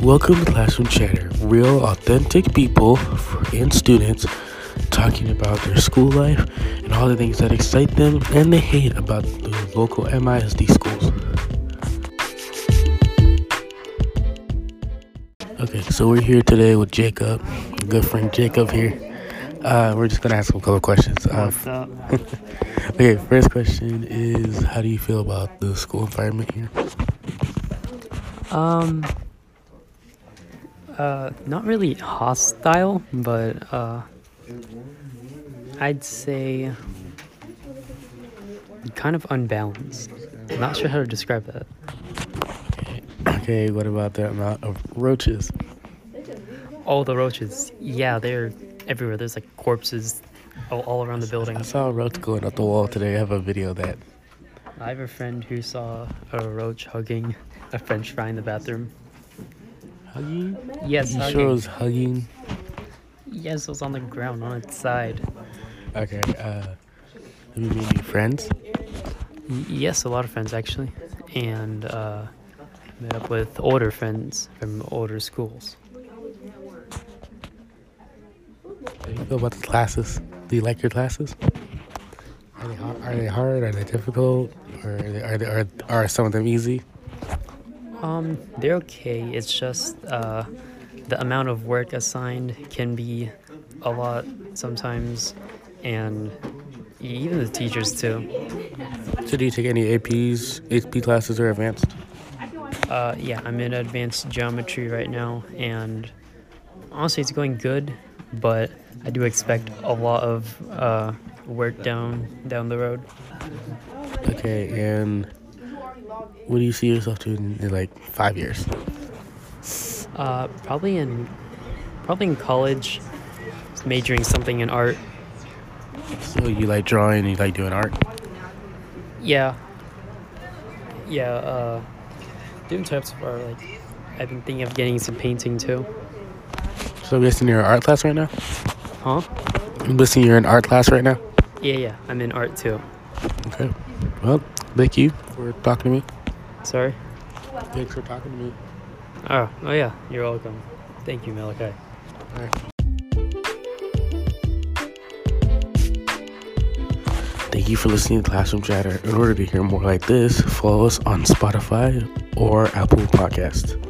Welcome to Classroom Chatter, real, authentic people for- and students talking about their school life and all the things that excite them and they hate about the local MISD schools. Okay, so we're here today with Jacob, good friend Jacob here. Uh, we're just gonna ask him a couple questions. Uh, What's up? okay, first question is how do you feel about the school environment here? Um, uh, not really hostile, but uh, I'd say kind of unbalanced. Not sure how to describe that. Okay, what about the amount of roaches? All the roaches, yeah, they're everywhere. There's like corpses all, all around the I building. saw a roach going up the wall today. I have a video of that. I have a friend who saw a roach hugging a French fry in the bathroom. Hugging? Yes, You hugging. sure it was hugging? yes, it was on the ground on its side. Okay, uh, have you made new friends? Y- Yes, a lot of friends actually, and uh, met up with older friends from older schools. How do you feel about the classes? Do you like your classes? Are they, har- are they hard? Are they difficult? Or are, they, are, they, are, are some of them easy? Um, they're okay. It's just uh, the amount of work assigned can be a lot sometimes, and even the teachers too. So, do you take any APs, HP classes, or advanced? Uh, yeah, I'm in advanced geometry right now, and honestly, it's going good, but I do expect a lot of uh, work down down the road. Okay, and what do you see yourself doing in like five years? Uh, probably in probably in college, majoring something in art. So, you like drawing, you like doing art? Yeah. Yeah. Uh, different types of art. Like, I've been thinking of getting some painting too. So, I'm guessing you're in art class right now? Huh? I'm guessing you're in art class right now? Yeah, yeah. I'm in art too. Okay. Well, thank you for talking to me. Sorry. Thanks for talking to me. Oh, oh yeah. You're welcome. Thank you, Malachi. All right. Thank you for listening to Classroom Chatter. In order to hear more like this, follow us on Spotify or Apple Podcast.